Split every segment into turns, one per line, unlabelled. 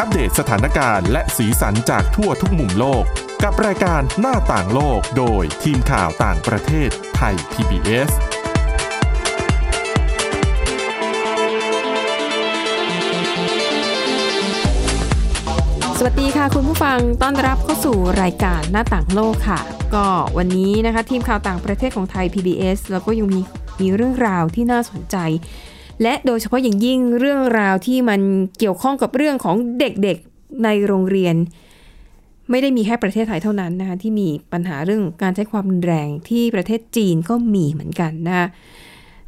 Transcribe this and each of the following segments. อัปเดตสถานการณ์และสีสันจากทั่วทุกมุมโลก กับรายการหน้าต่างโลกโดยทีมข่าวต่างประเทศไทย PBS
สวัสดีค่ะคุณผู้ฟังต้อนรับเข้าสู่รายการหน้าต่างโลกค่ะ ก็วันนี้นะคะทีมข่าวต่างประเทศของไทย PBS แล้วก็ยังมีมีเรื่องราวที่น่าสนใจ และโดยเฉพาะอย่างยิ่งเรื่องราวที่มันเกี่ยวข้องกับเรื่องของเด็กๆในโรงเรียน ไม่ได้มีแค่ประเทศไทยเท่านั้นนะคะที่มีปัญหาเรื่องการใช้ความรุนแรงที่ประเทศจีนก็มีเหมือนกันนะคะ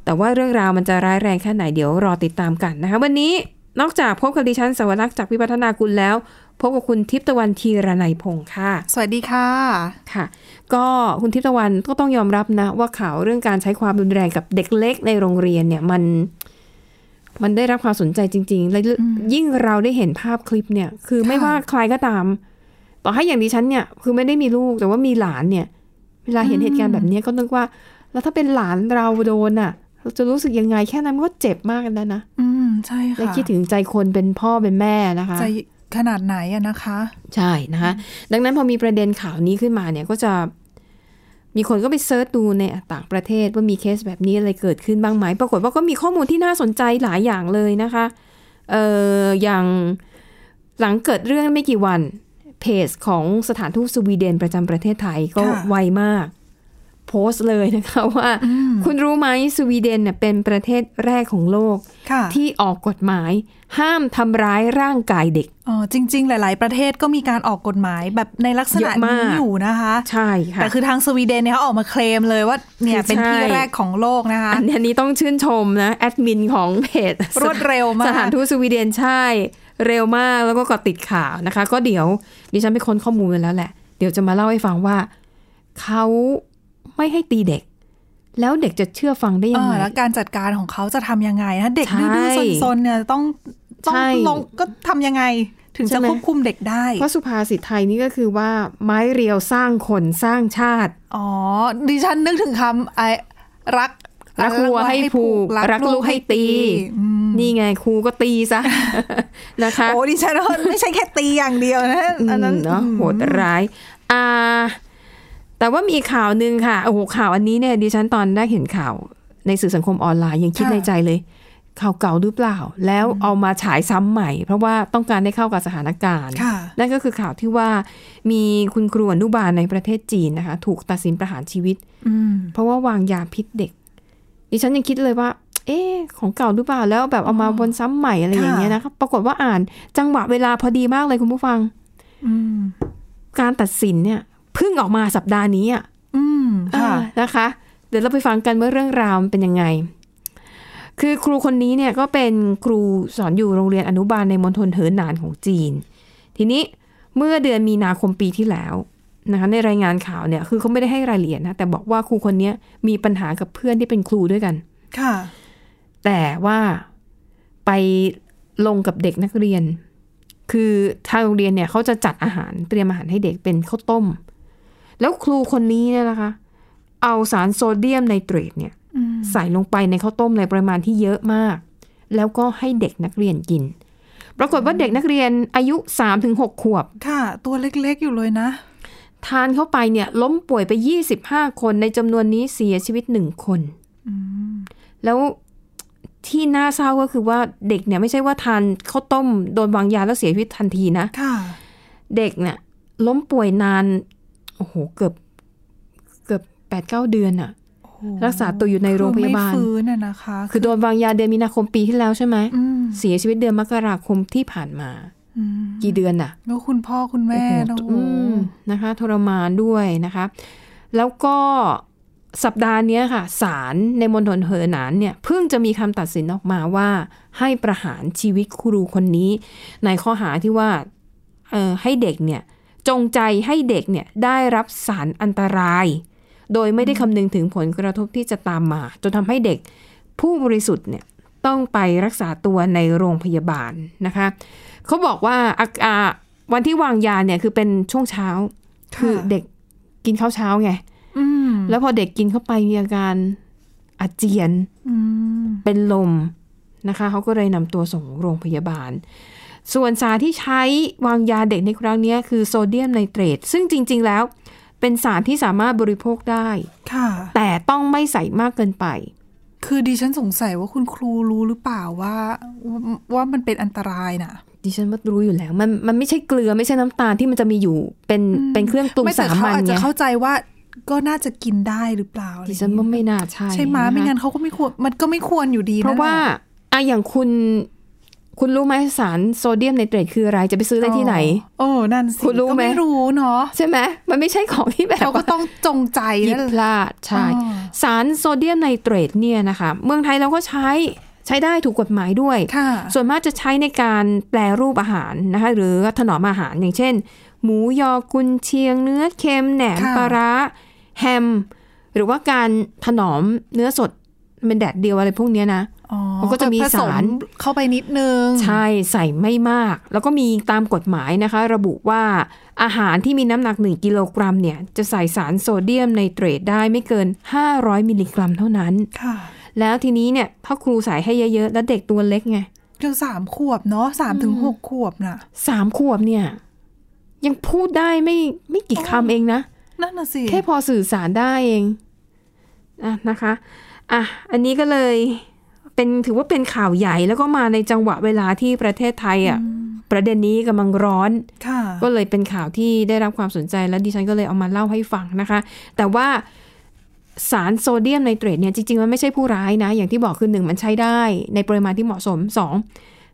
แต่ว่าเรื่องราวมันจะร้ายแรงแค่ไหนเดี๋ยวรอติดตามกันนะคะ วันนี้นอกจากพบกับดิฉันสวรักษ์จากวิพัฒนาคุณแล้ว พบกับคุณทิพย์ตะวันทีรนัยพงค์ค่ะ
สวัสดีค่ะ
ค่ะ ก็คุณทิพย์ตะวันก็ต้องยอมรับนะ ว่าข่าวเรื่องการใช้ความรุนแรงกับเด็กเล็กในโรงเรียนเนี่ยมัน มันได้รับความสนใจจริง ๆ และยิ่งเราได้เห็นภาพคลิปเนี่ย คือไม่
ค่ะ
ว่าใครก็ตาม ต่อให้อย่างดิฉันเนี่ย คือไม่ได้มีลูกแต่ว่ามีหลานเนี่ย เวลาเห็นเหตุการณ์แบบเนี้ยก็นึกว่า แล้วถ้าเป็นหลานเราโดนอ่ะ เราจะรู้สึกยังไงแค่นั้นมันก็เจ็บมากแล้วนะ
อืม ใช่ค่ะ
และคิดถึงใจคนเป็นพ่อเป็นแม่นะคะ
ใจขนาดไหนอะนะคะ
ใช่นะคะดังนั้นพอมีประเด็นข่าวนี้ขึ้นมาเนี่ยก็จะมีคนก็ไปเซิร์ชดูในต่างประเทศว่ามีเคสแบบนี้อะไรเกิดขึ้นบ้างไหม ปรากฏว่าก็มีข้อมูลที่น่าสนใจหลายอย่างเลยนะคะเอออย่างหลังเกิดเรื่องไม่กี่วัน เพจของสถานทูตสวีเดนประจำประเทศไทยก็
ค่ะ
ไวมาก โพสต์เลยนะคะว่า คุณรู้ไหมสวีเดนเน่ยเป็นประเทศแรกของโลก
ค่ะ
ที่ออกกฎหมาย ห้ามทำร้ายร่างกายเด็ก
อ๋อจริง ๆ หลาย ๆ ประเทศก็มีการออกกฎหมายแบบในลักษณะ
เยอะมาก
นี้อยู่นะคะ
ใช่ค่ะ
แต่คือทางสวีเดนเนี่ยเขาออกมาเคลมเลยว่าเนี่ย
คือ
เป็นที่
ใช่
แรกของโลกนะคะ
อันอันนี้ต้องชื่นชมนะ แอดมินของเพจ
รวดเร็วมาก
สถานทูตสวีเดนใช่ เร็วมากแล้วก็เกาะติดข่าวนะคะ ก็เดี๋ยวดิฉันไปค้นข้อมูลมาแล้วแหละ เดี๋ยวจะมาเล่าให้ฟังว่า เขาไม่ให้ตีเด็ก แล้วเด็กจะเชื่อฟังได้
เอ
ยัง
อ
ไง
แล้วการจัดการของเขาจะทำยังไงนะเด็กดื้อ
ใช่
ๆซนๆเนี่ยต้องต้อง
ใช่
ลงก็ทำยังไง ถึง
ใช่
จะ
ไหม
ควบคุมเด็กได้
เพราะสุภาษิตไทยนี่ก็คือว่าไม้เรียวสร้างคนสร้างชาติ
อ๋อ ดิฉันนึกถึงคำไอ้รัก
รักวัวให้ผูกรักลูกให้ตี
อืม
นี่ไงครูก็ตีซะ นะคะ
โอ้ดิฉันว่า ไม่ใช่แค่ตีอย่างเดียวนะอันนั้น
มเนาะ
อืม
โหดร้ายอ่าแต่ว่ามีอีกข่าวหนึ่งค่ะโอ้โหข่าวอันนี้เนี่ยดิฉันตอนแรกเห็นข่าวในสื่อสังคมออนไลน์ยังคิดในใจเลย ข่าวเก่าหรือเปล่า แล้วเอามาฉายซ้ำใหม่ เพราะว่าต้องการได้เข้ากับสถานการณ์
ค่ะ
นั่นก็คือข่าวที่ว่ามีคุณครูอนุบาลในประเทศจีนนะคะ ถูกตัดสินประหารชีวิต
อืม
เพราะว่าวางยาพิษเด็ก ดิฉันยังคิดเลยว่า เอ๊ะของเก่าหรือเปล่าแล้วแบบเอามาวนซ้ำใหม่อะไรอย่างเงี้ยนะคะปรากฏว่าอ่านจังหวะเวลาพอดีมากเลยคุณผู้ฟัง
อืม
การตัดสินเนี่ยเพิ่งออกมาสัปดาห์นี้อ่ะ
อืม ค่ะ
อ่านะคะ เดี๋ยวเราไปฟังกันว่าเรื่องราวมันเป็นยังไง คือครูคนนี้เนี่ยก็เป็นครูสอนอยู่โรงเรียนอนุบาลในมณฑลเหอหนานของจีน ทีนี้เมื่อเดือนมีนาคมปีที่แล้วนะคะในรายงานข่าวเนี่ยคือเขาไม่ได้ให้รายละเอียดนะแต่บอกว่าครูคนเนี้ยมีปัญหากับเพื่อนที่เป็นครูด้วยกัน
ค่ะ
แต่ว่าไปลงกับเด็กนักเรียน คือทางโรงเรียนเนี่ยเขาจะจัดอาหารเตรียมอาหารให้เด็กเป็นข้าวต้ม แล้วครูคนนี้เนี่ยนะคะ เอาสารโซเดียมไนเตรตเนี่ย
อืม
ใส่ลงไปในข้าวต้มในปริมาณที่เยอะมาก แล้วก็ให้เด็กนักเรียนกิน ปรากฏว่าเด็กนักเรียนอายุ 3-6 ขวบ
ค่ะ ตัวเล็กๆอยู่เลยนะ
ทานเข้าไปเนี่ยล้มป่วยไป 25 คนในจำนวนนี้เสียชีวิตหนึ่งคน แล้วที่น่าเศร้าก็คือว่าเด็กเนี่ยไม่ใช่ว่าทานข้าวต้มโดนวางยาแล้วเสียชีวิตทันทีนะ
ค่ะ
เด็กเนี่ยล้มป่วยนานโอ้โหเกือบเกือบแปดเก้าเดือนอะรักษาตัวอยู่ในโรงพยาบาล
คือไม่ฟื้นอะนะคะ
คือโดนวางยาเดือนมีนาคมปีที่แล้วใช่ไหม
อืม
เสียชีวิตเดือนมกราคมที่ผ่านมา
อืม
กี่เดือนอะ
แล้วคุณพ่อคุณแม่
โอ้
นะ
โห
โอ้โห
อืมนะคะทรมานด้วยนะคะ แล้วก็สัปดาห์เนี้ยค่ะศาลในมณฑลเหอหนานเนี่ยเพิ่งจะมีคำตัดสินออกมาว่าให้ประหารชีวิตครูคนนี้ ในข้อหาที่ว่าเอ่อให้เด็กเนี่ยจงใจให้เด็กเนี่ยได้รับสารอันตราย โดยไม่ได้คำนึงถึงผลกระทบที่จะตามมา จนทำให้เด็กผู้บริสุทธิ์เนี่ยต้องไปรักษาตัวในโรงพยาบาลนะคะ เขาบอกว่าอาอ่าวันที่วางยาเนี่ยคือเป็นช่วงเช้า คือเด็กกินข้าวเช้าไง
อืม
แล้วพอเด็กกินเข้าไปมีอาการอาเจียน
อืม
เป็นลมนะคะเขาก็เลยนำตัวส่งโรงพยาบาล ส่วนสารที่ใช้วางยาเด็กในครั้งเนี้ยคือโซเดียมไนเตรตซึ่งจริง ๆ แล้ว เป็นสารที่สามารถบริโภคได้
ค่ะ
แต่ต้องไม่ใส่มากเกินไป
คือดิฉันสงสัยว่าคุณครูรู้หรือเปล่าว่าว่าว่ามันเป็นอันตรายนะ
ดิฉันว่ารู้อยู่แล้ว มันมันไม่ใช่เกลือไม่ใช่น้ำตาลที่มันจะมีอยู่เป็นเป็นเครื่องปรุง
ไม่แต่
สา
เขา
มัญ
อาจจะ
ไง
เข้าใจว่าก็น่าจะกินได้หรือเปล่าอะไรอ
ดิ
ย่าง
ฉัน
เงี้ย
ว่าไม่น่าใช่
ใช่ไหมย
ะคะ
ไม่งั้นเขาก็ไม่ควรมันก็ไม่ควรอยู่ดี
เพราะว่าอะอย่างคุณ คุณรู้ไหมสารโซเดียมไนเตรตคืออะไร จะไปซื้อได้ที่ไหน
โอ้นั่นสิ
คุณรู้ไหม
ก็ไม่รู้เนาะ
ใช่ไหม มันไม่ใช่ของที่แบบ
เขาก็ต้องจงใจ
หยิ
นั่
บ
นแหละ
พลาด ใช่
อ๋อ
สารโซเดียมไนเตรตเนี่ยนะคะ เมืองไทยเราก็ใช้ใช้ได้ถูกกฎหมายด้วย
ค่ะ
ส่วนมากจะใช้ในการแปลรูปอาหารนะคะ หรือถนอมอาหารอย่างเช่น หมูยอกุนเชียง เนื้อเค็มแหนม
ค่ะ
ปลาร้าแฮม หรือว่าการถนอมเนื้อสดเป็นแดดเดียวอะไรพวกเนี้ยนะ
อ๋อ
มันก็จะมี
ผส
สาร
เข้าไปนิดนึง
ใช่ใส่ไม่มาก แล้วก็มีตามกฎหมายนะคะ ระบุว่าอาหารที่มีน้ำหนัก 1 กิโลกรัมเนี่ยจะใส่สารโซเดียมไนเตรตได้ไม่เกิน 500 มิลลิกรัมเท่านั้น
ค่ะ
แล้วทีนี้เนี่ยถ้าครูใส่ให้เยอะๆ แล้วเด็กตัวเล็กไง
เกือบสามขวบเนาะสามถึงหกขวบน่ะ
สามขวบเนี่ย ยังพูดได้ไม่ไม่กี่คำเองนะ
นั่นน่ะสิ
แค่พอสื่อสารได้เองอะนะคะอ่ะอันนี้ก็เลยเป็นถือว่าเป็นข่าวใหญ่แล้วก็มาในจังหวะเวลาที่ประเทศไทยอ่ะประเด็นนี้กำลังร้อน
ค่ะ
ก็เลยเป็นข่าวที่ได้รับความสนใจและดิฉันก็เลยเอามาเล่าให้ฟังนะคะ แต่ว่าสารโซเดียมไนเตรตเนี่ยจริงๆ มันไม่ใช่ผู้ร้ายนะ อย่างที่บอกคือหนึ่งมันใช้ได้ในปริมาณที่เหมาะสมสอง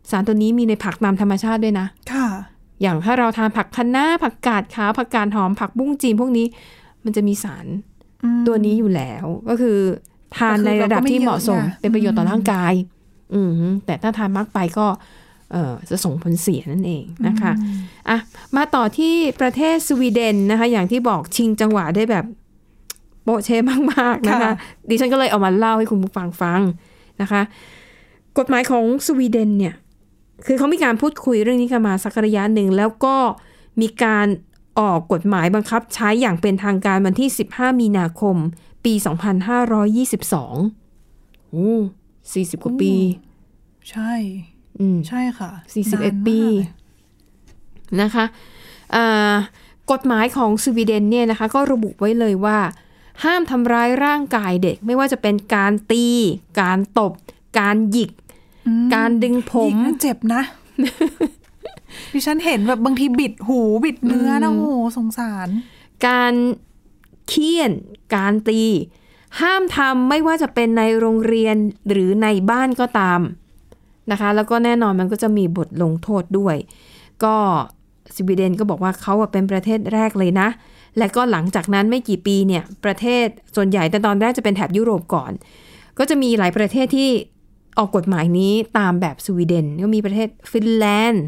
สารตัวนี้มีในผักตามธรรมชาติด้วยนะ
ค่ะ
อย่างถ้าเราทานผักคะน้าผักกาดขาวผักกาดหอมผักบุ้งจีนพวกนี้ มันจะมีสาร
อืม
ตัวนี้อยู่แล้ว ก็คือทานในระดับที่เหมาะสม
ก็
เป็นป
คือเราก็ไม่เยอะนะ
ระโยชน์ต่อร่างกาย อืมแต่ถ้าทานมากไปก็เอ่อจะส่งผลเสียนั่นเองนะคะ อ่ะมาต่อที่ประเทศสวีเดนนะคะ อย่างที่บอกชิงจังหวะได้แบบโปะเชมากๆนะคะ
ค่ะ
ดิฉันก็เลยเอามาเล่าให้คุณผู้ฟังฟังนะคะ กฎหมายของสวีเดนเนี่ย คือเขามีการพูดคุยเรื่องนี้กันมาสักระยะหนึ่ง แล้วก็มีการออกกฎหมายบังคับใช้อย่างเป็นทางการวันที่ 15 มีนาคม ปี 2522โอ้40 กว่าปี
ใช่
อืม
ใช่ค่ะ
41
นานมาก
ปี
เลย
นะคะอ่ากฎหมายของสวีเดนเนี่ยนะคะก็ระบุไว้เลยว่า ห้ามทำร้ายร่างกายเด็ก ไม่ว่าจะเป็นการตี การตบ การหยิก
อืม
การดึงผม
ยิ่งเจ็บนะ ดิฉันเห็นแบบบางทีบิดหูบิดเนื้อนะโอ้โหสงสาร
การเคี่ยน การตี ห้ามทำไม่ว่าจะเป็นในโรงเรียนหรือในบ้านก็ตามนะคะ แล้วก็แน่นอนมันก็จะมีบทลงโทษด้วย ก็สวีเดนก็บอกว่าเขาอะเป็นประเทศแรกเลยนะ และก็หลังจากนั้นไม่กี่ปีเนี่ย ประเทศส่วนใหญ่แต่ตอนแรกจะเป็นแถบยุโรปก่อน ก็จะมีหลายประเทศที่ออกกฎหมายนี้ตามแบบสวีเดน ก็มีประเทศฟินแลนด์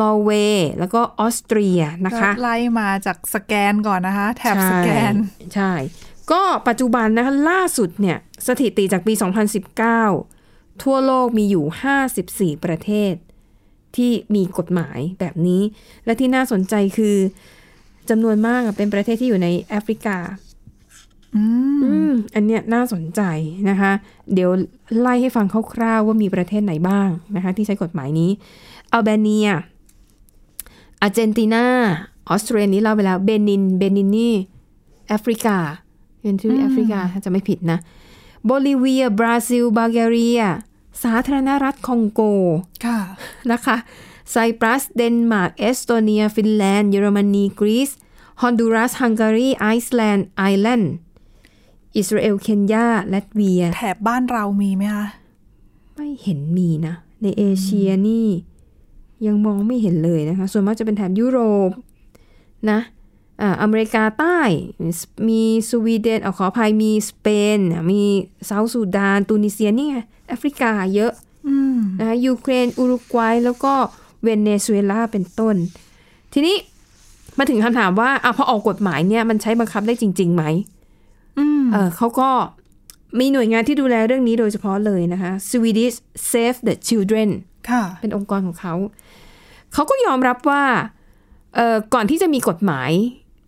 นอร์เวย์ แล้วก็ออสเตรียนะคะ
ก็ไล่มาจากสแกนก่อนนะคะ แถบสแกน
ใช่ใช่ ก็ปัจจุบันนะคะล่าสุดเนี่ยสถิติจากปี 2019 ทั่วโลกมีอยู่ 54 ประเทศ ที่มีกฎหมายแบบนี้ และที่น่าสนใจคือจำนวนมากอะเป็นประเทศที่อยู่ในแอฟริกา
อืม
อืมอันเนี้ยน่าสนใจนะคะ เดี๋ยวไล่ให้ฟังคร่าวๆว่ามีประเทศไหนบ้างนะคะ ที่ใช้กฎหมายนี้อัลเบเนียอาร์เจนตินาออสเตรียนี้เล่าไปแล้วเบนินเบนินนี่แอฟริกาเป็นชื่อแอฟริกาถ้าจะไม่ผิดนะโบลิเวีย บราซิล บัลแกเรีย สาธารณรัฐคองโก
ค่ะ
นะคะไซปรัส เดนมาร์ก เอสโตเนีย ฟินแลนด์ เยอรมนี กรีซ ฮอนดูรัส ฮังการี ไอซ์แลนด์ ไอร์แลนด์ อิสราเอล เคนยา ลัตเวีย
แถบบ้านเรามีไหมคะ
ไม่เห็นมีนะ ในเอเชียนี่ ยังมองไม่เห็นเลยนะคะ ส่วนมากจะเป็นแถบยุโรปนะอ่าอเมริกาใต้ มีสวีเดนเอาขออภัยมีสเปน มีเซาท์สุดาน ตูนิเซียนี่ไงแอฟริกาเยอะ
อืม
นะคะยูเครน อุรุกวัย แล้วก็เวเนซุเอลาเป็นต้น ทีนี้มาถึงคำถามว่าอ่ะพอออกกฎหมายเนี่ยมันใช้บังคับได้จริงๆไหม
อืม
เออเขาก็มีหน่วยงานที่ดูแลเรื่องนี้โดยเฉพาะเลยนะคะ Swedish Save the Children
ค่ะ
เป็นองค์กรของเขา เขาก็ยอมรับว่าเอ่อก่อนที่จะมีกฎหมาย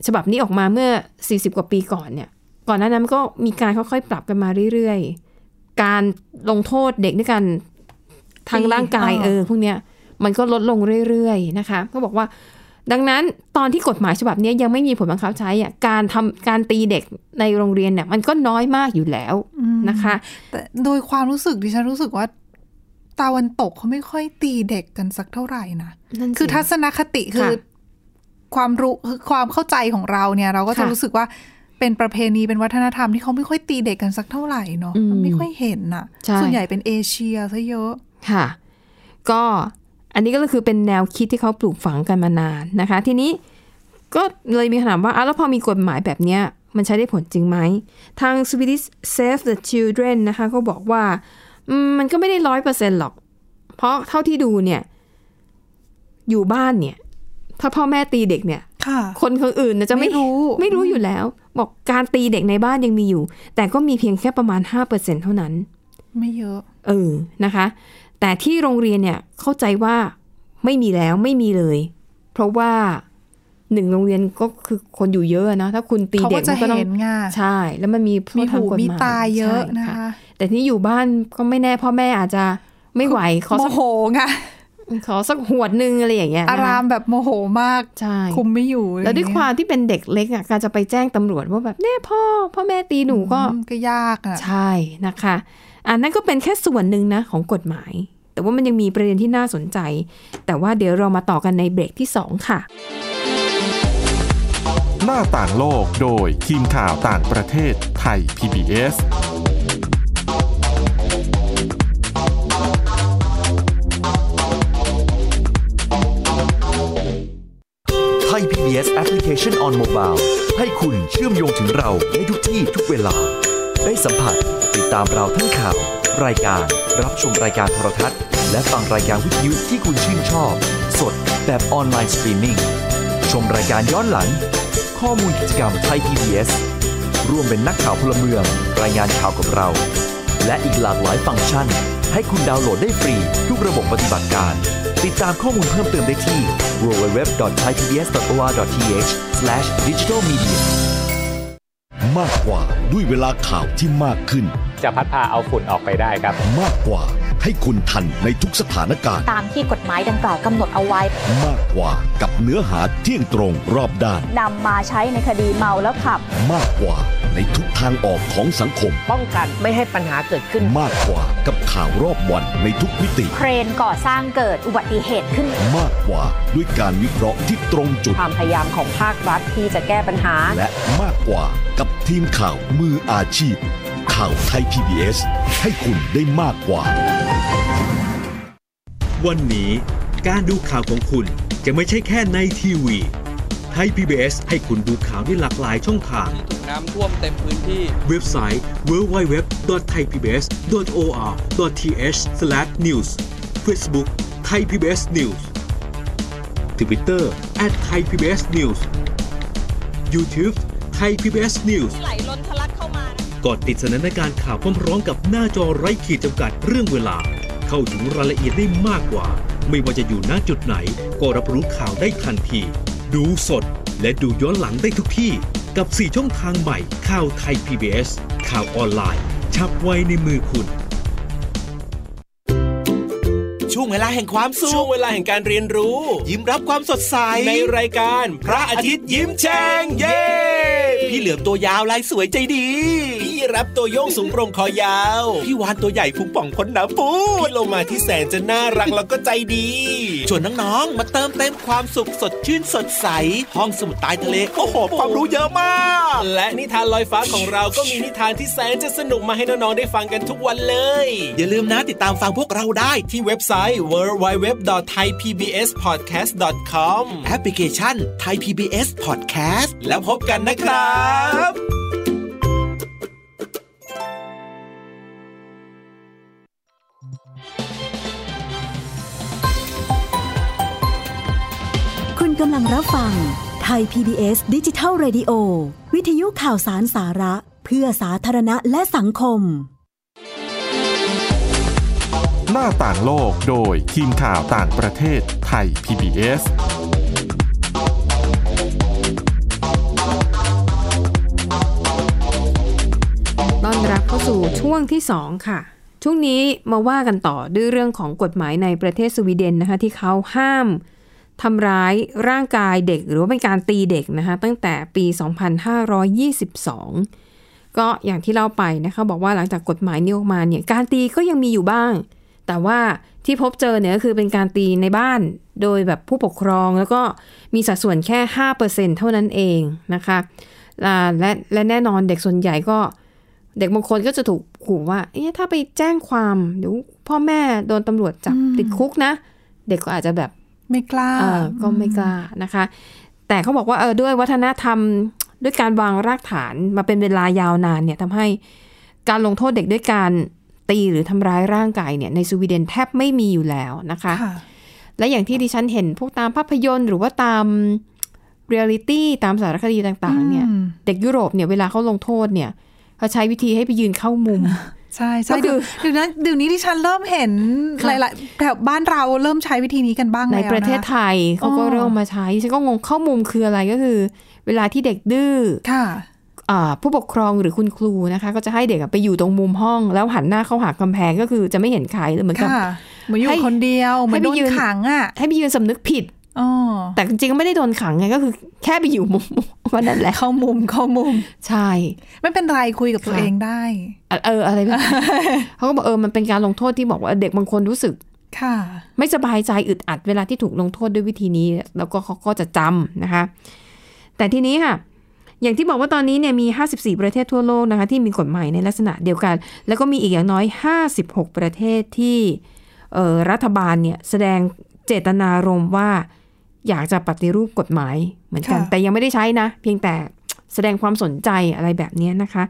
ฉบับนี้ออกมาเมื่อ 40 กว่าปีก่อนเนี่ย ก่อนหน้านั้นก็มีการค่อยๆ ปรับกันมาเรื่อยๆ การลงโทษเด็กด้วยกันทางร่างกาย
ตีอ่า
เออพวกเนี้ย มันก็ลดลงเรื่อยๆนะคะเขาบอกว่า ดังนั้นตอนที่กฎหมายฉบับเนี้ยยังไม่มีผลบังคับใช้อ่ะการทำการตีเด็กในโรงเรียนเนี่ยมันก็น้อยมากอยู่แล้ว
อืม
นะคะ
แต่โดยความรู้สึกดิฉันรู้สึกว่า ตาวันตกเขาไม่ค่อยตีเด็กกันสักเท่าไหร่นะ
นั่นสิ
คือทัศนคติคือ
ค่ะ
ความรู้คือความเข้าใจของเราเนี่ย เราก็จะ
ค่ะ
รู้สึกว่าเป็นประเพณีเป็นวัฒนธรรมที่เขาไม่ค่อยตีเด็กกันสักเท่าไหร่เนาะ
อืม
มันไม่ค่อยเห็นน่ะ
ใช่
ส่วนใหญ่เป็นเอเชียซะเยอะ
ค่ะ ก็อันนี้ก็คือเป็นแนวคิดที่เขาปลูกฝังกันมานานนะคะ ทีนี้ก็เลยมีคำถามว่าอ้าวแล้วพอมีกฎหมายแบบเนี้ยมันใช้ได้ผลจริงไหม ทาง Swedish Save the Children นะคะก็บอกว่าอืมมันก็ไม่ได้ร้อยเปอร์เซ็นหรอก เพราะเท่าที่ดูเนี่ย อยู่บ้านเนี่ย ถ้าพ่อแม่ตีเด็กเนี่ย
ค่ะ
คนคนอื่นนะจะไม่
ไม่รู้
ไม่รู้อยู่แล้ว บอกการตีเด็กในบ้านยังมีอยู่ แต่ก็มีเพียงแค่ประมาณ 5%เท่านั้น
ไม่เยอะ
เออ นะคะ แต่ที่โรงเรียนเนี่ยเข้าใจว่าไม่มีแล้วไม่มีเลย เพราะว่าหนึ่งโรงเรียนก็คือคนอยู่เยอะนะ ถ้าคุณตี
เขา
เด็
ก็
ก
จะ
มันก็ต้อง
เห็นไงาน
ใช่ แล้วมันมีโท
มี
ษทาง
หู
กฎหมาย
มีตาเยอะ
ใช่
นะ
ค่ะ
คะ
แต่ที่อยู่บ้านก็ไม่แน่พ่อแม่อาจจะไม่ไหวขอ
โม
สัก
โหไง
ขอสักหวดหนึงอะไรอย่างเงี้ย
อา
นะคะ
รามแบบโมโหมาก
ใช่
คุมไม่อยู่
แล้วด้วยความที่เป็นเด็กเล็กอ่ะการจะไปแจ้งตำรวจว่าแบบเนี่ยพ่อ พ่อแม่ตีหนูก็
อืมก็ยากอ่ะ
ใช่นะคะอันนั้นก็เป็นแค่ส่วนหนึ่งนะของกฎหมาย แต่ว่ามันยังมีประเด็นที่น่าสนใจ แต่ว่าเดี๋ยวเรามาต่อกันในเบรกที่ 2 ค่ะ
หน้าต่างโลกโดยทีมข่าวต่างประเทศไทย PBS
ไทย PBS Application on Mobile ให้คุณเชื่อมโยงถึงเราในทุกที่ทุกเวลา ได้สัมผัสติดตามเราทั้งข่าว รายการ รับชมรายการโทรทัศน์ และฟังรายการวิทยุที่คุณชื่นชอบ สดแบบออนไลน์สตรีมมิ่งชมรายการย้อนหลัง ข้อมูลกิจกรรมไทย PBS ร่วมเป็นนักข่าวพลเมือง รายงานข่าวกับเรา และอีกหลากหลายฟังก์ชัน ให้คุณดาวน์โหลดได้ฟรี ทุกระบบปฏิบัติการ ติดตามข้อมูลเพิ่มเติมได้ที่ www.thaipbs.or.th/digitalmedia
มากกว่าด้วยเวลาข่าวที่มากขึ้น
จะพัดพาเอาฝุ่นออกไปได้ครับ
มากกว่าให้คุณทันในทุกสถานการณ์
ตามที่กฎหมายดังกล่าวกำหนดเอาไว้
มากกว่ากับเนื้อหาเที่ยงตรงรอบด้าน
นำมาใช้ในคดีเมาแล้วขับ
มากกว่าในทุกทางออกของสังคม
ป้องกันไม่ให้ปัญหาเกิดขึ้น
มากกว่ากับข่าวรอบวันในทุกมิติ
เครนก่อสร้างเกิดอุบัติเหตุขึ้น
มากกว่าด้วยการวิเคราะห์ที่ตรงจุด
ความพยายามของภาครัฐที่จะแก้ปัญหา
และมากกว่ากับทีมข่าวมืออาชีพ ข่าวไทย PBS ให้คุณได้มากกว่า
วันนี้การดูข่าวของคุณจะไม่ใช่แค่ในทีวีไทย PBS ให้คุณดูข่าวได้หลากหลายช่องทาง
ถูกน้ำท่วมเต็มพื้นที่
เว็บไซต์ www.thaipbs.or.th/news Facebook Thai PBS News Twitter @thaipbsnews YouTube Thai PBS News
ไหลล้นทะลักเข้ามา
กดติดสนันการข่าวพร้อมร้องกับหน้าจอไร้ขีดจำกัดเรื่องเวลา เข้าถึงรายละเอียดได้มากกว่า ไม่ว่าจะอยู่ณจุดไหน ก็รับรู้ข่าวได้ทันที ดูสดและดูย้อนหลังได้ทุกที่ กับ 4 ช่องทางใหม่ ข่าวไทย PBS ข่าวออนไลน์ ชับไว้ในมือคุณ
ช่วงเวลาแห่งความสุข ช่วงเวลาแห่งการเรียนรู้ ยิ้มรับความสดใส ในรายการพระอาทิตย์ยิ้มแฉ่งเย้พี่เหลือมตัวยาวลายสวยใจดี พี่รับตัวโยงสูงโปร่งคอยาว พี่วานตัวใหญ่พุงป่องพ้นหน้ำปูพี่โลมาที่แสนจะน่ารักแล้วก็ใจดี ชวนน้องๆมาเติมเต็มความสุขสดชื่นสดใส ห้องสมุดใต้ทะเลโอ้โหความรู้เยอะมาก และนิทานลอยฟ้าของเราก็มีนิทานที่แสนจะสนุกมาให้น้องๆได้ฟังกันทุกวันเลย อย่าลืมนะติดตามฟังพวกเราได้ที่เว็บไซต์ www.thaipbspodcast.com แอปพลิเคชัน Thai PBS Podcast แล้วพบกันนะครับ
คุณกำลังรับฟังไทย PBS ดิจิทัล Radio วิทยุข่าวสารสาระ เพื่อสาธารณะและสังคม
หน้าต่างโลกโดยทีมข่าวต่างประเทศไทย PBS
ต้อนรับเข้าสู่ช่วงที่ 2 ค่ะ ช่วงนี้มาว่ากันต่อด้วยเรื่องของกฎหมายในประเทศสวีเดนนะคะที่เขาห้ามทำร้ายร่างกายเด็กหรือว่าเป็นการตีเด็กนะคะตั้งแต่ปี 2522 ก็อย่างที่เล่าไปนะคะบอกว่าหลังจากกฎหมายนี้ออกมาเนี่ยการตีก็ยังมีอยู่บ้าง แต่ว่าที่พบเจอเนี่ยก็คือเป็นการตีในบ้านโดยแบบผู้ปกครองแล้วก็มีสัดส่วนแค่ 5%เท่านั้นเองนะคะอ่าและและแน่นอนเด็กส่วนใหญ่ก็ เด็กบางคนก็จะถูกขู่ว่า เอ๊ะถ้าไปแจ้งความเดี๋ยวพ่อแม่โดนตำรวจจับติดคุกนะ เด็กก็อาจจะแบบ
ไม่กล้า
เออก็ไม่กล้านะคะ แต่เขาบอกว่าเออด้วยวัฒนธรรมด้วยการวางรากฐานมาเป็นเวลายาวนานเนี่ยทำให้การลงโทษเด็กด้วยการตีหรือทำร้ายร่างกายเนี่ยในสวีเดนแทบไม่มีอยู่แล้วนะคะ
ค่ะ
และอย่างที่ดิฉันเห็นพวกตามภาพยนตร์หรือว่าตามเรียลิตี้ตามสารคดีต่างๆเนี่ย
อืม
เด็กยุโรปเนี่ยเวลาเขาลงโทษเนี่ยเขาใช้วิธีให้ไปยืนเข้ามุม
ใช่ใช่
ก็คือ
เดี๋ยวเดี๋ยวนั้นเดี๋ยวนี้ที่ฉันเริ่มเห็น
ค่ะ
หลายๆแถวบ้านเราเริ่มใช้วิธีนี้กันบ้าง
ใน
แล้วนะ
ประเทศไทยเขาก็
อ๋อ
เริ่มมาใช้ฉันก็งงเข้ามุมคืออะไรก็คือ เวลาที่เด็กดื้อ
ค่ะ
อ่าผู้ปกครองหรือคุณครูนะคะ ก็จะให้เด็กอะไปอยู่ตรงมุมห้อง แล้วหันหน้าเข้าหากำแพงก็คือจะไม่เห็นใครเหมือนกับ
ค่ะเหมือนอยู่
ให้
คนเดียวเหมือน
ให้
โด
ไป
น
ยืน
ขังอ่ะ
ให้ไปยืนสำนึกผิด
อ๋อ
แต่จริงๆก็ไม่ได้โดนขังไงก็คือ แค่ไปอยู่มุม ก็นั่นแหละ
เข้ามุมเข้ามุม
ใช่
ไม่เป็นไรคุยกับตัวเองได้
อะเอออะไรแบบ นั้นเขาก็บอกเออมันเป็นการลงโทษที่บอกว่าเด็กบางคนรู้สึก
ค่ะ
ไม่สบายใจอึดอัดเวลาที่ถูกลงโทษด้วยวิธีนี้ แล้วก็เขาก็จะจำนะคะ แต่ทีนี้ค่ะ อย่างที่บอกว่าตอนนี้เนี่ยมี 54 ประเทศทั่วโลกนะคะ ที่มีกฎหมายในลักษณะเดียวกัน แล้วก็มีอีกอย่างน้อย 56 ประเทศที่เอ่อรัฐบาลเนี่ยแสดงเจตนารมณ์ว่าอยากจะปฏิรูปกฎหมายเหมือนกัน
ค่ะ
แต่ยังไม่ได้ใช้นะ เพียงแต่แสดงความสนใจอะไรแบบเนี้ยนะคะ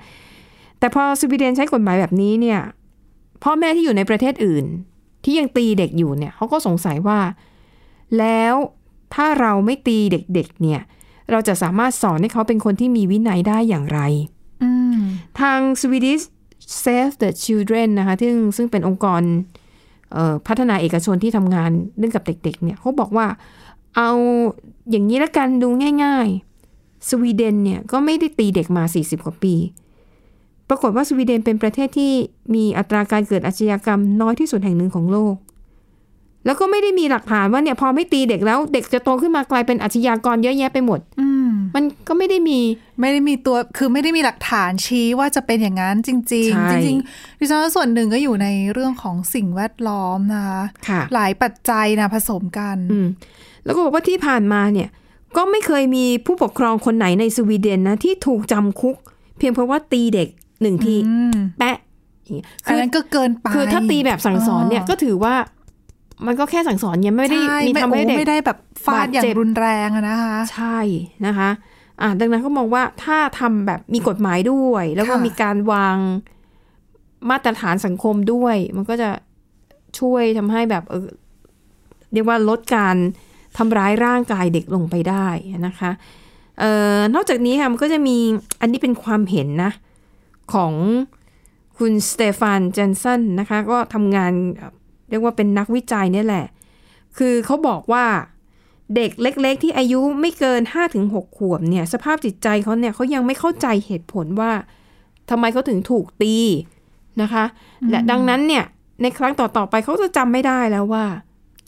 แต่พอสวีเดนใช้กฎหมายแบบนี้เนี่ยพ่อแม่ที่อยู่ในประเทศอื่น ที่ยังตีเด็กอยู่เนี่ยเขาก็สงสัยว่า แล้วถ้าเราไม่ตีเด็กๆเนี่ย เราจะสามารถสอนให้เขาเป็นคนที่มีวินัยได้อย่างไร
อืม
ทาง Swedish Save the Children นะคะซึ่งซึ่งเป็นองค์กรเอ่อพัฒนาเอกชนที่ทำงานเรื่องกับเด็กๆเนี่ยเขาบอกว่าเอาอย่างนี้ละกันดูง่ายๆ สวีเดนเนี่ยก็ไม่ได้ตีเด็กมา 40 กว่าปี ปรากฏว่าสวีเดนเป็นประเทศที่มีอัตราการเกิดอาชญากรรมน้อยที่สุดแห่งหนึ่งของโลก แล้วก็ไม่ได้มีหลักฐานว่าเนี่ยพอไม่ตีเด็กแล้วเด็กจะโตขึ้นมากลายเป็นอาชญากรเยอะแยะไปหมด
อืม
มันก็ไม่ได้มี
ไม่ได้มีตัวคือไม่ได้มีหลักฐานชี้ว่าจะเป็นอย่างนั้นจริง
ใช่
ๆ จริงๆดิฉันว่าส่วนหนึ่งก็อยู่ในเรื่องของสิ่งแวดล้อมนะคะ
ค่ะ
หลายปัจจัยนะผสมกัน
อืมแล้วก็บอกว่าที่ผ่านมาเนี่ย ก็ไม่เคยมีผู้ปกครองคนไหนในสวีเดนนะ ที่ถูกจำคุก เพียงเพราะว่าตีเด็กหนึ่งที
อืม
แปะอย่างเงี้ย
อันนั้นก็เกินไป
คือถ้าตีแบบสั่งสอนเนี่ยก็ถือว่า มันก็แค่สั่งสอนเนี่ยไม่ได้
ใช่
มีทำให้
โอ้
เด็ก
ไม่ได้แบบฟาดอย่า
บาด
ง
เจ็บ
รุนแรงอะนะคะ
ใช่นะคะอ่ะดังนั้นก็มองว่าถ้าทำแบบมีกฎหมายด้วย แล้วก็
ค่ะ
มีการวางมาตรฐานสังคมด้วย มันก็จะช่วยทำให้แบบเออเรียกว่าลดการทำร้ายร่างกายเด็กลงไปได้นะคะเอ่อนอกจากนี้ค่ะมันก็จะมีอันนี้เป็นความเห็นนะ ของคุณสเตฟานเจนสันนะคะ ก็ทำงานเอ่อเรียกว่าเป็นนักวิจัยเนี่ยแหละ คือเขาบอกว่าเด็กเล็ก ๆ ที่อายุไม่เกิน 5-6 ขวบเนี่ย สภาพจิตใจเขาเนี่ยเขายังไม่เข้าใจเหตุผลว่าทำไมเขาถึงถูกตีนะคะ และดังนั้นเนี่ย ในครั้งต่อ ๆ ไปเขาจะจำไม่ได้แล้วว่า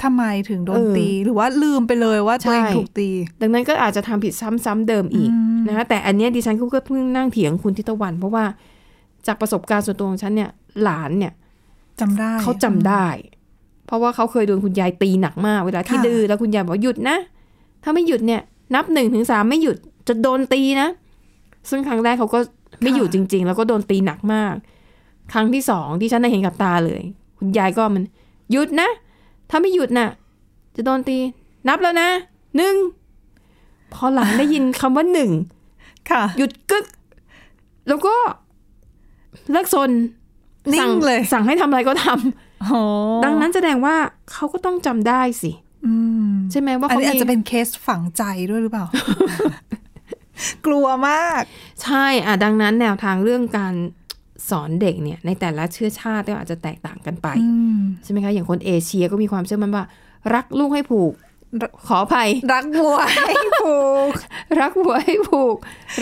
ทำไมถึงโดน
เออ
ตี หรือว่าลืมไปเลยว่าตัวเอง
ใช่
ถูกตี
ดังนั้นก็อาจจะทำผิดซ้ำๆเดิมอีก
อืม
นะคะแต่อันเนี้ยดิฉันก็เพิ่งนั่งเถียงคุณทิตวัน เพราะว่าจากประสบการณ์ส่วนตัวของฉันเนี่ยหลานเนี่ย
จำได้
เขาจำได้ เพราะว่าเขาเคยโดนคุณยายตีหนักมาก เวลาที่ดื้อแล้วคุณยายบอกว่าหยุดนะ ถ้าไม่หยุดเนี่ย นับหนึ่งถึงสามไม่หยุดจะโดนตีนะ ซึ่งครั้งแรกเขาก็ไม่หยุดจริง ๆ แล้วก็โดนตีหนักมาก ครั้งที่สองที่ฉันได้เห็นกับตาเลย คุณยายก็มันหยุดนะ ถ้าไม่หยุดน่ะ จะโดนตี นับแล้วนะหนึ่งพอหลังได้ยินคำว่าหนึ่ง
ค่ะ
หยุดกึก แล้วก็เลิกซน
นิ่ง
สั่
เลย
สั่งให้ทำอะไรก็ทำ
โอ้
ดังนั้นแสดงว่าเขาก็ต้องจำได้สิ
อืม
ใช่ไหมว่า
อัน
เขา
นี้อาจจะ
มี
เป็นเคสฝังใจด้วย หรือเปล่า กลัวมาก
ใช่อ่ะดังนั้นแนวทางเรื่องการสอนเด็กเนี่ยในแต่ละเชื้อชาติก็อาจจะแตกต่างกันไป
อืม
ใช่ไหมคะอย่างคนเอเชียก็มีความเชื่อมั่นว่า รักลูกให้ผูก
รัก
ขออภัย
รักวัวให้ผูก
รักหัวให้ผูก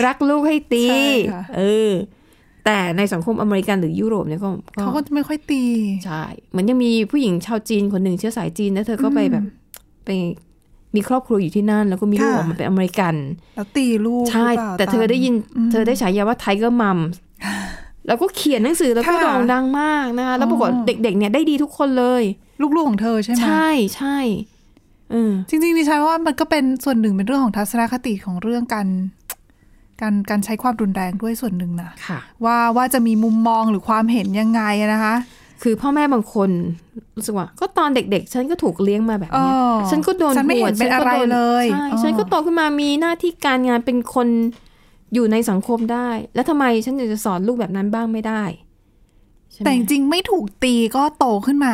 รักลูกให้ตี
ใช่ค่ะ
เออ แต่ในสังคมอเมริกันหรือยุโรปเนี่ยก็
เขาก็จะไม่ค่อยตี
ใช่ เหมือนยังมีผู้หญิงชาวจีนคนหนึ่งเชื้อสายจีนนะเธอก็ไปแบบไปมีครอบครัวอยู่ที่นั่น แล้วก็มีลูก
ค่ะ
ออกมาเป็นอเมริกัน
แล้วตีลูก
ใช่
หรือปล่า
แต่เธอได้ยินเธอได้ฉายาว่าไทเกอร์มัมแล้วก็เขียนหนังสือแล้วก็
ค่ะ
โด่งดังมากนะคะแล้วปรากฏเด็กๆเนี่ยได้ดีทุกคนเลย
ลูกๆของเธอใช่ไหม
ใช่ใช่เออ
จริงๆดิฉันว่ามันก็เป็นส่วนหนึ่งเป็นเรื่องของทัศนคติของเรื่องการการการใช้ความรุนแรงด้วยส่วนหนึ่งนะ
ค่ะ
ว่าว่าจะมีมุมมองหรือความเห็นยังไงอะนะคะ
คือพ่อแม่บางคนรู้สึกว่า ก็ตอนเด็กๆ ฉันก็ถูกเลี้ยงมาแบบเนี้ย
เออ
ฉันก็โดน
ฉันไม่เห็น
บวช
เป็นอะไร
ฉัก็โด
เลย
ใช่
เออ
ฉันก็โตขึ้นมามีหน้าที่การงานเป็นคนอยู่ในสังคมได้ แล้วทำไมฉันอยากจะสอนลูกแบบนั้นบ้างไม่ได้ใช่ไหม
แต่จริงๆไม่ถูกตีก็โตขึ้นมา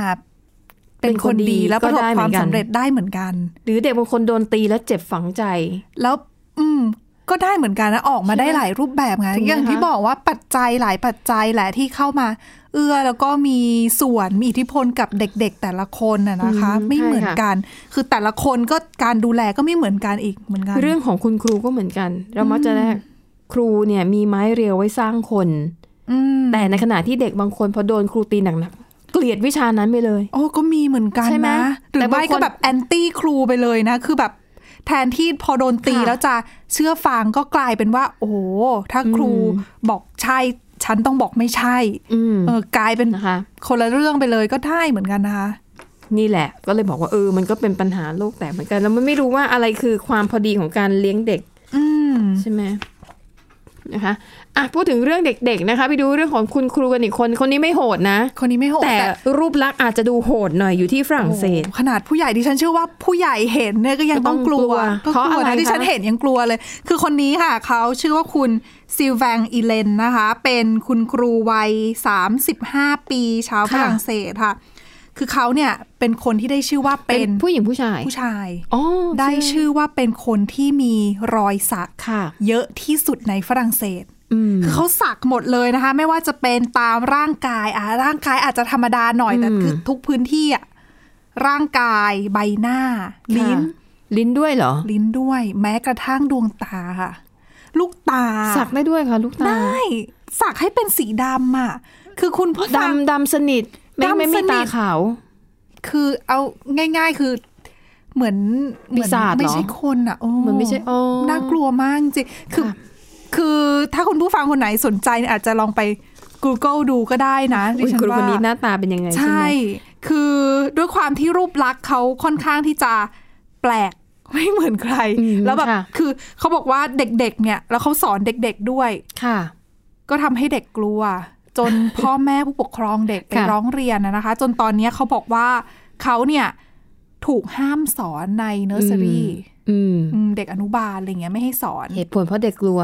เป็นคนดีแล้วประสบความสำเร็จได้เหมือนกัน
หรือเด็กบางคนโดนตีแล้วเจ็บฝังใจ
แล้วอืมก็ได้เหมือนกันนะออกมาได้หลายรูปแบบไง
ถูกไหม
อย่างที่
คะ
บอกว่าปัจจัยหลายปัจจัยแหละที่เข้ามา เอื้อแล้วก็มีส่วนมีอิทธิพลกับเด็ก ๆ แต่ละคนน่ะนะคะ ไม่เหมือนกัน คือแต่ละคนก็การดูแลก็ไม่เหมือนกันอีกเหมือนกัน
เรื่องของคุณครูก็เหมือนกัน เรามักจะได้ครูเนี่ยมีไม้เรียวไว้สร้างคน
อืม
แต่ในขณะที่เด็กบางคนพอโดนครูตีหนักๆเกลียดวิชานั้นไปเลย
โอ้ก็มีเหมือนกัน
ใช่ไหม
นะหรือ
แต่บาง
ไม่ก็
คน
แบบแอนตี้ครูไปเลยนะ คือแบบแทนที่พอโดนตี
ค่ะ
แล้วจะเชื่อฟังก็กลายเป็นว่า โอ้โหถ้าครู
อืม
บอกใช่ฉันต้องบอกไม่ใช่
อืม
เออกลายเป็น
นะคะ
คนละเรื่องไปเลยก็ได้เหมือนกันนะคะ
นี่แหละ ก็เลยบอกว่าเออมันก็เป็นปัญหาโลกแตกเหมือนกัน แล้วมันไม่รู้ว่าอะไรคือความพอดีของการเลี้ยงเด็ก
อืม
ใช่ไหมนะคะอ่ะพูดถึงเรื่องเด็ก ๆ นะคะ ไปดูเรื่องของคุณครูกันอีกคนคนนี้ไม่โหดนะ
คนนี้ไม่โหด
แต่รูปลักษณ์อาจจะดูโหดหน่อยอยู่ที่ฝรั่งเศส
โอ้โหขนาดผู้ใหญ่ดิฉันเชื่อว่าผู้ใหญ่เห็นเนี่ยก็ยัง
ก็ต้
ต้อ
อง
งกลั
ก
ว
ลัว
ก็
เพราะ
กลัว
อะไร
นะ
คะ
ดิฉันเห็นยังกลัวเลย คือคนนี้ค่ะ เขาชื่อว่าคุณซิลแวงอีเลนนะคะ เป็นคุณครูวัย 35 ปีชาวฝรั่งเศสค่ะ คือเขาเนี่ยเป็นคนที่ได้ชื่อว่าเป็
เป็น
น
ผู้หญิงผู้ชาย
ผู้ชาย
อ๋อ
ได้ชื่อว่าเป็นคนที่มีรอยสัก
ค่ะ
เยอะที่สุดในฝรั่งเศส
อืม
คือเขาสักหมดเลยนะคะ ไม่ว่าจะเป็นตามร่างกายอ่ะร่างกายอาจจะธรรมดาหน่อยแต่
อืม
คือทุกพื้นที่อ่ะร่างกายใบหน้า ลิ้น
ค่ะลิ้นด้วยเหรอ
ลิ้นด้วย แม้กระทั่งดวงตาค่ะ ลูกตา
สักได้ด้วยค่ะ ลูกตา
ได้สักให้เป็นสีดำอ่ะคือคุณผู้ฟัง
ดำดำสนิท ไม่ไม่
ดำสนิ
ไม่
ท
ตาขาว
คือเอาง่าย ๆ คือเหมือนเหมือน
ปีศาจเหรอ
ไม่ใช่คนอ่ะโอ้
เหมือนไม่ใช่โอ้
น่ากลัวมากจริงๆคือ
ค่ะ
คือถ้าคุณผู้ฟังคนไหนสนใจเนี่ยอาจจะลองไป Google ดูก็ได้นะดิ
คุณ
ฉัน
ครู
ว่า
คนนี้หน้าตาเป็นยังไง
ใช
ใช่ไหม่
คือด้วยความที่รูปลักษณ์เขาค่อนข้างที่จะแปลก ไม่เหมือนใคร
อืม
แล้วแบบ
ค่ะ
คือเขาบอกว่าเด็กๆ เนี่ย แล้วเขาสอนเด็กๆ ด้วย
ค่ะ
ก็ทำให้เด็กกลัว จน พ่อแม่ผู้ปกครองเด็กไป
ค่ะ
ร้องเรียนนะนะคะ จนตอนเนี้ยเขาบอกว่าเขาเนี่ยถูกห้ามสอนในเนอร์เซอรี่
อืม
เด็กอนุบาลอะไรเงี้ยไม่ให้สอน
เหตุผลเพราะเด็กกลัว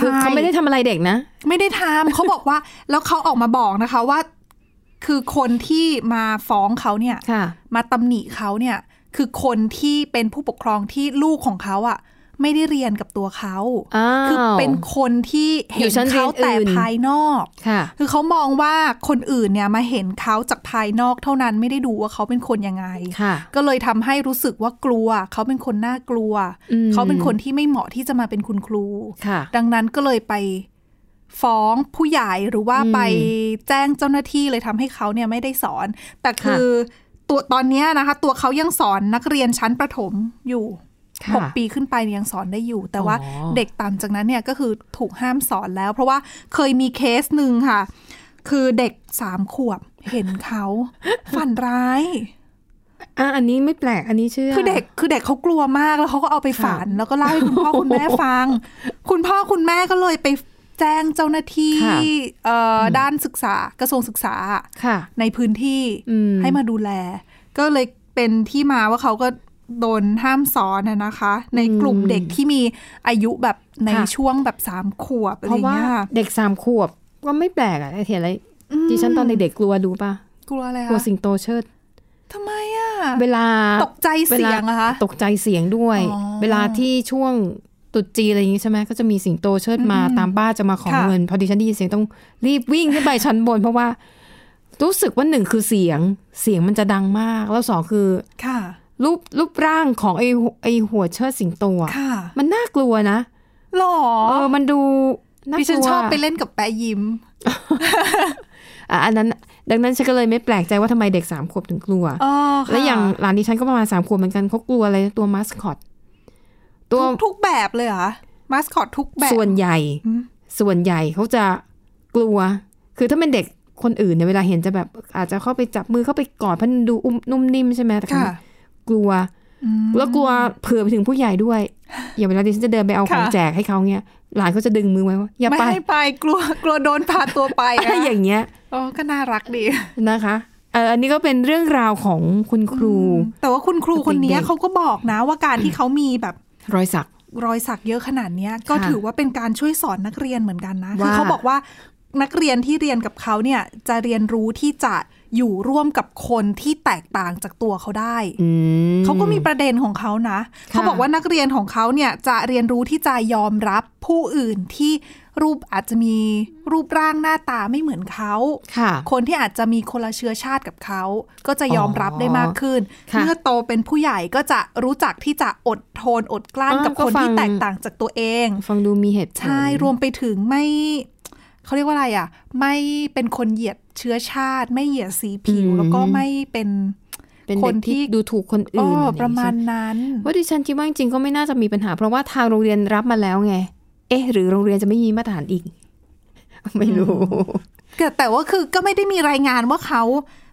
คือ
ใช่
เขาไม่ได้ทำอะไรเด็กนะ
ไม่ได้ทำ เขาบอกว่าแล้วเขาออกมาบอกนะคะว่า คือคนที่มาฟ้องเขาเนี่ย
ค่ะ
มาตำหนิเขาเนี่ย คือคนที่เป็นผู้ปกครองที่ลูกของเขาอะ่ะ ไม่ได้เรียนกับตัวเขา
อ้าว
คืเป็นคนที่
อยู่
เห็น
ชั้นเรียน
เขาแต่
อื่น
ภายนอก
ค่ะ
คือเขามองว่าคนอื่นเนี่ยมาเห็นเขาจากภายนอกเท่านั้นไม่ได้ดูว่าเขาเป็นคนยังไง
ค่ะ
ก็เลยทำให้รู้สึกว่ากลัว เขาเป็นคนน่ากลัว
อืม
เขาเป็นคนที่ไม่เหมาะที่จะมาเป็นคุณครู
ค่ะ
ดังนั้นก็เลยไปฟ้องผู้ใหญ่หรือว่า
อืม
ไปแจ้งเจ้าหน้าที่เลยทำให้เขาเนี่ยไม่ได้สอน แต่คือตัวตอนเนี้ยนะคะ ตัวเขายังสอนนักเรียนชั้นประถมอยู่
ค่ะ
หกปีขึ้นไปเนี่ยยังสอนได้อยู่ แต่ว่า
อ๋อ
เด็กต่ำจากนั้นเนี่ยก็คือถูกห้ามสอนแล้ว เพราะว่าเคยมีเคสหนึ่งค่ะ คือเด็กสามขวบเห็นเขา ฝันร้าย
อ่ะอันนี้ไม่แปลกอันนี้เชื่อ
คือเด็กคือเด็กเขากลัวมากแล้วเขาก็เอาไป
ค่ะ
ฝัน แล้วก็เล่าให้คุณพ่อ คุณแม่ฟัง คุณพ่อคุณแม่ก็เลยไปแจ้งเจ้าหน้าที่
ค่ะ
เอ่ออด้านศึกษากระทรวงศึกษา
ค่ะ
ในพื้นที่
อืม
ให้มาดูแล ก็เลยเป็นที่มาว่าเขาก็โดนห้ามสอนนะนะคะ ในกลุ่มเด็กที่มีอายุแบบในช่วงแบบสามขวบอะไร
เพราะว่า
เงี้ย
เด็กสามขวบก็ไม่แปลกอะไอ้เห็นอะไรดิฉันตอนเด็กๆกลัวดูป่ะ
กลัวอะไร
กลัว
คะ
สิงโตเชิด
ทำไมอ่ะ
เวลา
ตกใจเสียง
วลา
อะคะ
ตกใจเสียงด้วย
อ๋อ
เวลาที่ช่วงตรุดจีนอะไรอย่างงี้ใช่ไหมก็จะมีสิงโตเชิดมาตามบ้านจะมาขอ
ค่ะ
เงิน พอดิฉันได้ยินเสียงต้องรีบวิ่งขึ้นไป ชั้นบน เพราะว่า รู้สึกว่าหนึ่งคือเสียงเสียงมันจะดังมาก แล้วสองคือ
ค่ะ
รูปรูปร่างของไอหัวไอหัวเชิดสิงโตอะ
ค่ะ
มันน่ากลัวนะ
หรอ
เออมันดูน่ากลัว
ดิฉันชอบไปเล่นกับแปะยิ้ม
อ่ะอันนั้นดังนั้นฉันก็เลยไม่แปลกใจว่าทำไมเด็กสามขวบถึงกลัว
อ๋อค่ะ
และอย่างหลานดิฉันก็ประมาณสามขวบเหมือนกันเขากลัวอะไรตัวมาสคอต ตัว
ทุกทุกแบบเลยเหรอมาสคอตทุกแบบ
ส่วนใหญ่
อืม
ส่วนใหญ่เขาจะกลัว คือถ้าเป็นเด็กคนอื่นเนี่ยเวลาเห็นจะแบบ อาจจะเข้าไปจับมือเข้าไปกอดเพราะมันดูอุ้มนุ่มนิ่มใช่ไหมแต่เขา
ค่ะ
กลัว
อืม
แล้วกลัวเผื่อไปถึงผู้ใหญ่ด้วย อย่างเวลาดิฉันจะเดินไปเอาของ
ค่ะ
แจกให้เขาเนี่ยหลานเขาจะดึงมือไว้ว่าอย่า
ไม่
ไป
ให้ไปกลัวกลัวโดนพาตัวไป
อะไร
นะ
อย่างเงี้ย
อ๋อก็น่ารักดี
นะคะเอ่ออันนี้ก็เป็นเรื่องราวของคุณครู
แต่ว่าคุณครูคนเนี้ย
เด็กๆ
เขาก็บอกนะว่าการที่เขามีแบบ
รอยสัก
รอยสักเยอะขนาดเนี้ย ก็
ค่ะ
ถือว่าเป็นการช่วยสอนนักเรียนเหมือนกันนะคือ
ว่า
เขาบอกว่านักเรียนที่เรียนกับเขาเนี่ยจะเรียนรู้ที่จะอยู่ร่วมกับคนที่แตกต่างจากตัวเขาได้
อื
เขาก็มีประเด็นของเขานะ
ค่ะ
เขาบอกว่านักเรียนของเขาเนี่ยจะเรียนรู้ที่จะยอมรับผู้อื่นที่รูปอาจจะมีรูปร่างหน้าตาไม่เหมือนเขา
ค่ะ
คนที่อาจจะมีคนละเชื้อชาติกับเขา ก็จะยอมรับได้มากขึ้น
ค่ะ
เมื่อโตเป็นผู้ใหญ่ก็จะรู้จักที่จะอดทนอดกลั้นกับคนที่แตกต่างจากตัวเอง
ฟังดูมีเหตุผล
ใช่รวมไปถึงไม่เขาเรียกว่าอะไรอ่ะ ไม่เป็นคนเหยียดเชื้อชาติ ไม่เหยียดสีผิวแล้วก็ไม่เป็น
เป็น
ค
เด็
น
ก
ที่
ที่ดูถูกคน
เอ
อื่น
อ
อไอย่งเงี้
ป
ย
ระมาณ
ใช่ไห
นั้น
ว่าดิฉันคิดว่าจริงๆก็ไม่น่าจะมีปัญหา เพราะว่าทางโรงเรียนรับมาแล้วไง เอ๊ะ หรือโรงเรียนจะไม่มีมาตรฐานอีก ไม่รู้
แต่แต่ว่าคือก็ไม่ได้มีรายงานว่าเขา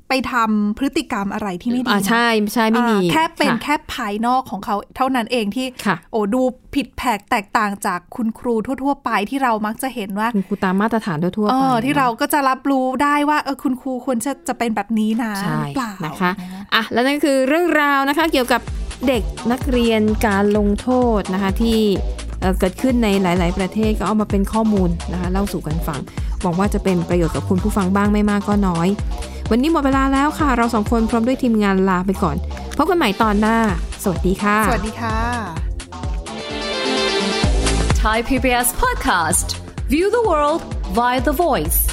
ไปทำพฤติกรรมอะไรที่ไม่ดี
อ่าใช่ใช่ไม่มี
อ่าแค่เป็น
ค่ะ
แค่ภายนอกของเขาเท่านั้นเองที่
ค่ะ
โอ้ดูผิดแผกแตกต่างจากคุณครูทั่ว ๆ ไปที่เรามักจะเห็นว่า
คุณครูตามมาตรฐานทั่วๆ
เอ
ไป
อที่
นะ
เราก็จะรับรู้ได้ว่าเออคุณครูควรจะจะเป็นแบบนี้นะ
ใช่
หรือเปล่า
นะ
นะคะ
อ่ะ แล้วนั่นคือเรื่องราวนะคะ เกี่ยวกับเด็กนักเรียนการลงโทษนะคะที่เอ่อเกิดขึ้นในหลาย ๆ ประเทศก็เอามาเป็นข้อมูลนะคะเล่าสู่กันฟังหวังว่าจะเป็นประโยชน์กับคุณผู้ฟังบ้างไม่มากก็น้อย วันนี้หมดเวลาแล้วค่ะ เราสองคนพร้อมด้วยทีมงานลาไปก่อน พบกันใหม่ตอนหน้า สวัสดีค่ะ
สวัสดีค่ะ
Thai PBS podcast. View the world via the voice.